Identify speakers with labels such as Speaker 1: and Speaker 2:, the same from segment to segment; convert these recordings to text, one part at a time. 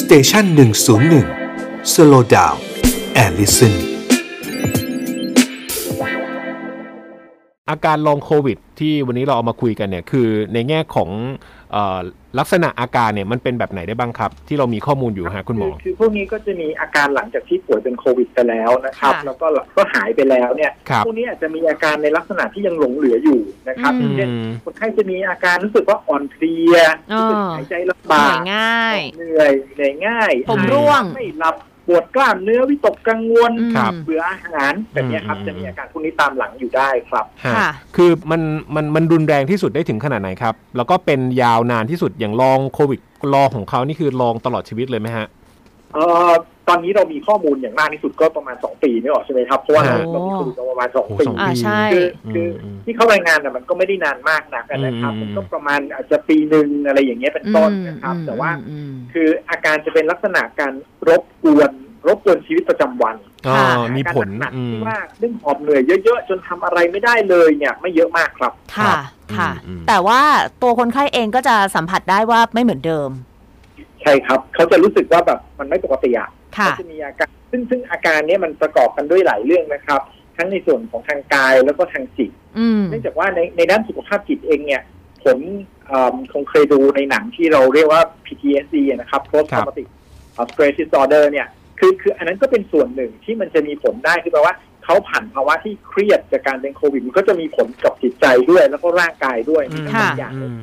Speaker 1: สเตชันหนึ่งศูนย์หนึ่งสโลดาวแอลลิสัน
Speaker 2: อาการลองโควิดที่วันนี้เราเอามาคุยกันเนี่ยคือในแง่ของเออลักษณะอาการเนี่ยมันเป็นแบบไหนได้บ้างครับ ที่เรามีข้อมูลอยู่ฮะคุณหมอ
Speaker 3: อคือพวกนี้ก็จะมีอาการหลังจากที่ป่วยเป็นโควิดไปแล้วนะครับ
Speaker 4: ค่ะ
Speaker 3: แล้วก็ก็หายไปแล้วเนี่ย
Speaker 2: ครับ
Speaker 3: พวกนี้อาจจะมีอาการในลักษณะที่ยังหลงเหลืออยู่นะครับ
Speaker 4: อืม
Speaker 3: เช่นคนไข้จะมีอาการรู้สึกว่าอ่อนเพลีย
Speaker 4: อ๋อ
Speaker 3: รู้สึกหายใจลำ
Speaker 4: เหนื่
Speaker 3: บา
Speaker 4: อย
Speaker 3: ก
Speaker 4: ง่าย
Speaker 3: เหนื่อยเหนื่อยง่าย
Speaker 4: ผม
Speaker 3: ไอ
Speaker 4: ร่วง
Speaker 3: ไม่หลับปวดกล้ามเนื้อวิตกกังวล
Speaker 4: อืม
Speaker 2: ครับ
Speaker 3: เบื่ออาหารแบบเนี้ยครับ
Speaker 2: อืม
Speaker 3: จะมีอาการพวกนี้ตามหลังอยู่ได้ครับ
Speaker 2: ฮะ
Speaker 4: ค่ะ
Speaker 2: คือมันมันมันรุนแรงที่สุดได้ถึงขนาดไหนครับ แล้วก็เป็นยาวนานที่สุดอย่างลองโควิดลองของเขานี่คือลองตลอดชีวิตเลยไหมฮะ
Speaker 3: เอ่อตอนนี้เรามีข้อมูลอย่างมากที่สุดก็ประมาณ 2 ปีนี่หรอใช่ไหมครับเพราะว่า
Speaker 2: โอ้
Speaker 3: เรามีข้อมูลประมาณสอง
Speaker 2: โโห
Speaker 3: ปี
Speaker 2: สง
Speaker 4: อ่า
Speaker 2: ปี
Speaker 4: ใช่
Speaker 3: คือ
Speaker 2: อืม
Speaker 3: คืออ
Speaker 2: ม
Speaker 3: ที่เขารายงานน่ะมันก็ไม่ได้นานมากนักนะครับ
Speaker 2: อืม
Speaker 3: มันก็ประมาณอาจจะปีหนึ่งอะไรอย่างเงี้ยเป็นต้นนะครับ
Speaker 4: อืม
Speaker 3: แต่ว่า
Speaker 4: อืม
Speaker 3: คืออาการจะเป็นลักษณะการรบกวนรบกวนชีวิตประจำวัน
Speaker 2: อ๋อ
Speaker 4: ค่ะ
Speaker 2: มีผล
Speaker 3: อาการหนัก
Speaker 2: อืม
Speaker 3: ๆที่ว่าเรื่องหอบเหนื่อยเยอะๆ จนทำอะไรไม่ได้เลยเนี่ยไม่เยอะมากครับ
Speaker 2: ค
Speaker 4: ค่ะ
Speaker 2: รับ
Speaker 4: ค่ะ
Speaker 2: อืมอืม
Speaker 4: แต่ว่าตัวคนไข้เองก็จะสัมผัสได้ว่าไม่เหมือนเดิม
Speaker 3: ใช่ครับ เขาจะรู้สึกว่าแบบมันไม่ปกติอ่ะ
Speaker 4: ค่ะ
Speaker 3: เขาจะมีอาการซึ่งซึ่งอาการเนี้ยมันประกอบกันด้วยหลายเรื่องนะครับ ทั้งในส่วนของทางกายแล้วก็ทางจิต
Speaker 4: อืม
Speaker 3: เนื่องจากว่าในในด้านสุขภาพจิตเองเนี่ยผมเอิ่มคงเคยดูในหนังที่เราเรียกว่า PTSD นะครับ Post
Speaker 2: ครับ
Speaker 3: Traumatic Stress Disorder เนี่ยคือคืออันนั้นก็เป็นส่วนหนึ่งที่มันจะมีผลได้คือแปลว่าเขาผ่านภาวะที่เครียดจากการเป็นโควิดมันก็จะมีผลกับจิตใจด้วยแล้วก็ร่างกายด้วยมีทั้งสอง
Speaker 4: ค่ะ
Speaker 3: อย่าง
Speaker 2: อืม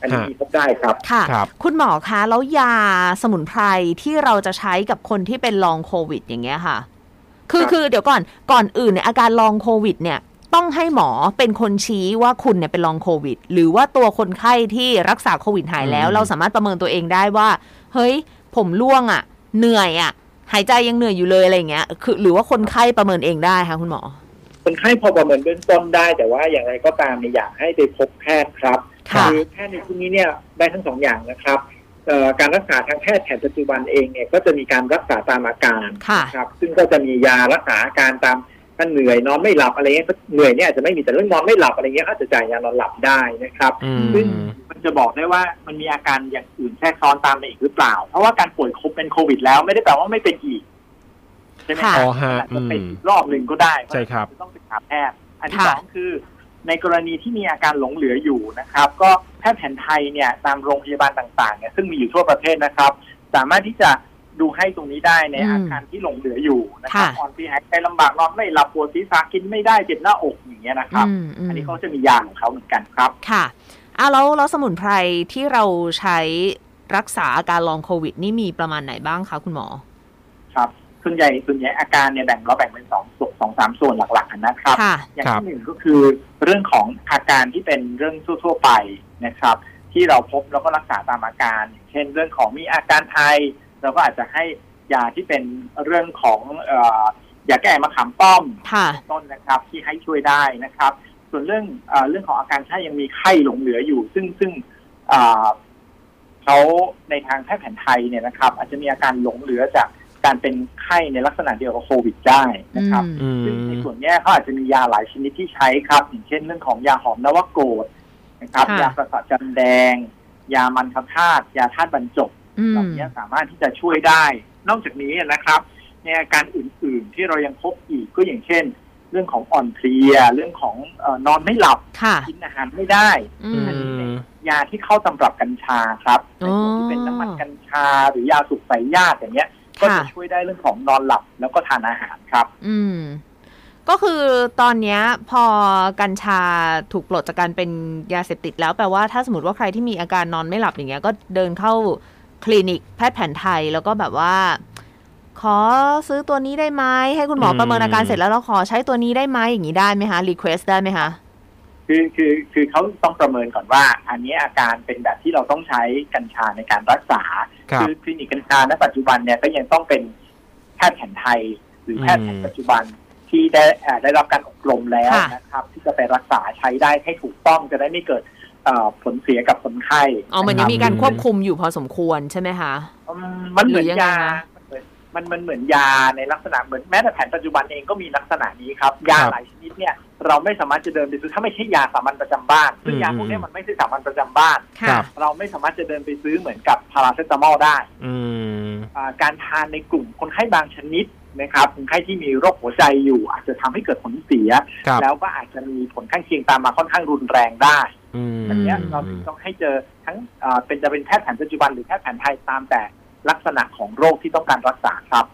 Speaker 3: อันนี้
Speaker 2: ฮะ
Speaker 3: มีพบได้ครับ
Speaker 4: ค่ะ
Speaker 2: ครับ
Speaker 4: คุณหมอคะ แล้วยาสมุนไพรที่เราจะใช้กับคนที่เป็นลองโควิดอย่างเงี้ยค่ะ คือ
Speaker 3: ครับ
Speaker 4: คือเดี๋ยวก่อน ก่อนอื่นเนี่ยอาการลองโควิดเนี่ย ต้องให้หมอเป็นคนชี้ว่าคุณเนี่ยเป็นลองโควิด หรือว่าตัวคนไข้ที่รักษาโควิดหายแล้ว
Speaker 2: อืม
Speaker 4: เราสามารถประเมินตัวเองได้ว่า เฮ้ย ผมร่วงอะ่ะ เหนื่อยอะ่ะ หายใจยังเหนื่อยอยู่เลยอะไรอย่างเงี้ย คือ หรือว่าคนไข้ประเมินเองได้ค่ะคุณหมอ
Speaker 3: คนไข้พอประเมินเบื้องต้นได้ แต่ว่าอย่างไรก็ตามเนี่ยอยากให้ไปพบแพทย์ครับ
Speaker 4: ค่ะ
Speaker 3: แพทย์ในที่นี้เนี่ยได้ทั้งสองอย่างนะครับเอ่อการรักษาทางแพทย์แผนปัจจุบันเองเนี่ยก็จะมีการรักษาตามอาการ
Speaker 4: ค่ะ
Speaker 3: ครับซึ่งก็จะมียารักษาอาการตามถ้าเหนื่อยนอนไม่หลับอะไรเงี้ยเหนื่อยเนี่ยอาจจะไม่มีแต่เรื่องนอนไม่หลับอะไรเงี้ยก็จะจ่ายยานอนหลับได้นะครับ
Speaker 2: อืม
Speaker 3: ซึ่งมันจะบอกได้ว่ามันมีอาการอย่างอื่นแทรกซ้อนตามไปอีกหรือเปล่า เพราะว่าการป่วยครบเป็นโควิดแล้วไม่ได้แปลว่าไม่เป็นอีกใช่ไหม
Speaker 4: ค่ะ
Speaker 2: อ๋อฮะ
Speaker 3: อาจจะเป็น
Speaker 2: อืม
Speaker 3: อีกรอบหนึ่งก็ได้
Speaker 2: ใช่ครับ
Speaker 3: เพาะฉะนั้นต้องไปหาแพทย์อันที่
Speaker 4: ค่ะ
Speaker 3: สองคือ ในกรณีที่มีอาการหลงเหลืออยู่นะครับ ก็แพทย์แผนไทยเนี่ยตามโรงพยาบาลต่างๆเนี่ยซึ่งมีอยู่ทั่วประเทศนะครับ สามารถที่จะดูให้ตรงนี้ได้ใน
Speaker 4: อืม
Speaker 3: อาการที่หลงเหลืออยู่นะครับ
Speaker 4: ค่ะ
Speaker 3: อ่อนเพลียหายใจลำบากนอนไม่หลับปวดศีรษะกินไม่ได้เจ็บหน้าอกอย่างเงี้ยนะครับ
Speaker 4: อืมอืม
Speaker 3: อันนี้เขาจะมียาของเขาเหมือนกันครับ
Speaker 4: ค่ะอ่ะแล้วแล้วสมุนไพรที่เราใช้รักษาอาการลองโควิด นี่มีประมาณไหนบ้างคะคุณหมอ
Speaker 3: ครับส่วนใหญ่ส่วนใหญ่อาการเนี่ยแบ่งเราแบ่งเป็นสองส่วนสองสามส่วนหลักๆนะครับ
Speaker 4: ค่ะ
Speaker 3: อย่าง
Speaker 2: ครับ
Speaker 3: ที่หนึ่งก็คือเรื่องของอาการที่เป็นเรื่องทั่ว ๆ ไปนะครับ ที่เราพบแล้วก็รักษาตามอาการ เช่นเรื่องของมีอาการไอเราก็อาจจะให้ยาที่เป็นเรื่องของเออยาแก้ไอมะขามป้อม
Speaker 4: ค่ะ
Speaker 3: ต้นนะครับที่ให้ช่วยได้นะครับ ส่วนเรื่องเออเรื่องของอาการถ้ายังมีไข้หลงเหลืออยู่ ซึ่งซึ่งเอ่อเขาในทางแพทย์แผนไทยเนี่ยนะครับ อาจจะมีอาการหลงเหลือจากการเป็นไข้ในลักษณะเดียวกับโควิดได้นะครับ
Speaker 4: อืม
Speaker 2: อืม
Speaker 3: ซึ่งในส่วนเนี้ยเขาอาจจะมียาหลายชนิดที่ใช้ครับ อย่างเช่นเรื่องของยาหอมนวโกรธนะครับ
Speaker 4: ค่ะ
Speaker 3: ยาประสาทจันแดง ยามันคธาตุยาธาตุบรรจบ
Speaker 4: อืม
Speaker 3: เหล่าเนี้ยสามารถที่จะช่วยได้ นอกจากนี้นะครับ ในอาการอื่นๆที่เรายังพบอีกก็อย่างเช่น เรื่องของอ่อนเพลีย เรื่องของเอ่อนอนไม่หลับ
Speaker 4: ค่ะ
Speaker 3: กินอาหารไม่ได้
Speaker 4: อื
Speaker 2: อื
Speaker 4: ม
Speaker 2: ม
Speaker 3: ยาที่เข้าตำรับกัญชาครับใน
Speaker 4: อ๋
Speaker 3: ส่วน
Speaker 4: อ
Speaker 3: ที่เป็นน้ำมันกัญชา หรือยาสูบใส่ญาติอย่างเงี้ย ก็
Speaker 4: ค่ะ
Speaker 3: จะช่วยได้เรื่องของนอนหลับแล้วก็ทานอาหารครับ
Speaker 4: อืม ก็คือตอนเนี้ยพอกัญชาถูกปลดจากการเป็นยาเสพติดแล้วแปลว่าถ้าสมมติว่าใครที่มีอาการนอนไม่หลับอย่างเงี้ยก็เดินเข้าคลินิกแพทย์แผนไทยแล้วก็แบบว่า ขอซื้อตัวนี้ได้ไหมให้คุณหมอ
Speaker 2: อืม
Speaker 4: ประเมินอาการเสร็จแล้วเราขอใช้ตัวนี้ได้ไหมอย่างนี้ได้ไหมคะรีเควสได้ไหมคะ
Speaker 3: คือคือคือเขาต้องประเมินก่อนว่า อันนี้อาการเป็นแบบที่เราต้องใช้กัญชาในการรักษา
Speaker 2: ครับ
Speaker 3: อคลินิกกัญชาณปัจจุบันเนี่ยก็ยังต้องเป็นแพทย์แผนไทย หรือแพทย์แผนปัจจุบันที่ได้อ่าได้รับการอบรมแล้ว
Speaker 4: ค่ะ
Speaker 3: นะครับ ที่จะไปรักษาใช้ได้ให้ถูกต้องจะได้ไม่เกิดเอ่อผลเสียกับคนไข้
Speaker 4: อ๋อเหมือนยังมีการควบคุมอยู่พอสมควรใช่ไหมคะ
Speaker 3: อืมมันเหมือน
Speaker 4: หรือยังไง
Speaker 3: ยา
Speaker 4: คะ
Speaker 3: มันเหมือนมันมันเหมือนยาในลักษณะเหมือนแม้แต่แผนปัจจุบันเองก็มีลักษณะนี้ครับยา
Speaker 2: ครับ
Speaker 3: หลายชนิดเนี่ย เราไม่สามารถจะเดินไปซื้อถ้าไม่ใช่ยาสามัญประจำบ้านซึ่งยาพวกเนี้ยมันไม่ใช่สามัญประจำบ้าน
Speaker 2: ครั
Speaker 4: ค่ะ
Speaker 2: บ
Speaker 3: เราไม่สามารถจะเดินไปซื้อเหมือนกับพาราเซตามอลได้
Speaker 2: อืม
Speaker 3: อ่าการทานในกลุ่มคนไข้บางชนิดนะครับคนไข้ที่มีโรคหัวใจอยู่ อาจจะทำให้เกิดผลเสีย
Speaker 2: ครับ
Speaker 3: แล้วก็อาจจะมีผลข้างเคียงตามมาค่อนข้างรุนแรงได้
Speaker 2: อืม
Speaker 3: แบบเนี้ยเราถึงต้องให้เจอทั้งอ่าเป็นจะเป็นแพทย์แผนปัจจุบันหรือแพทย์แผนไทยตามแต่ลักษณะของโรคที่ต้องการรักษาครับ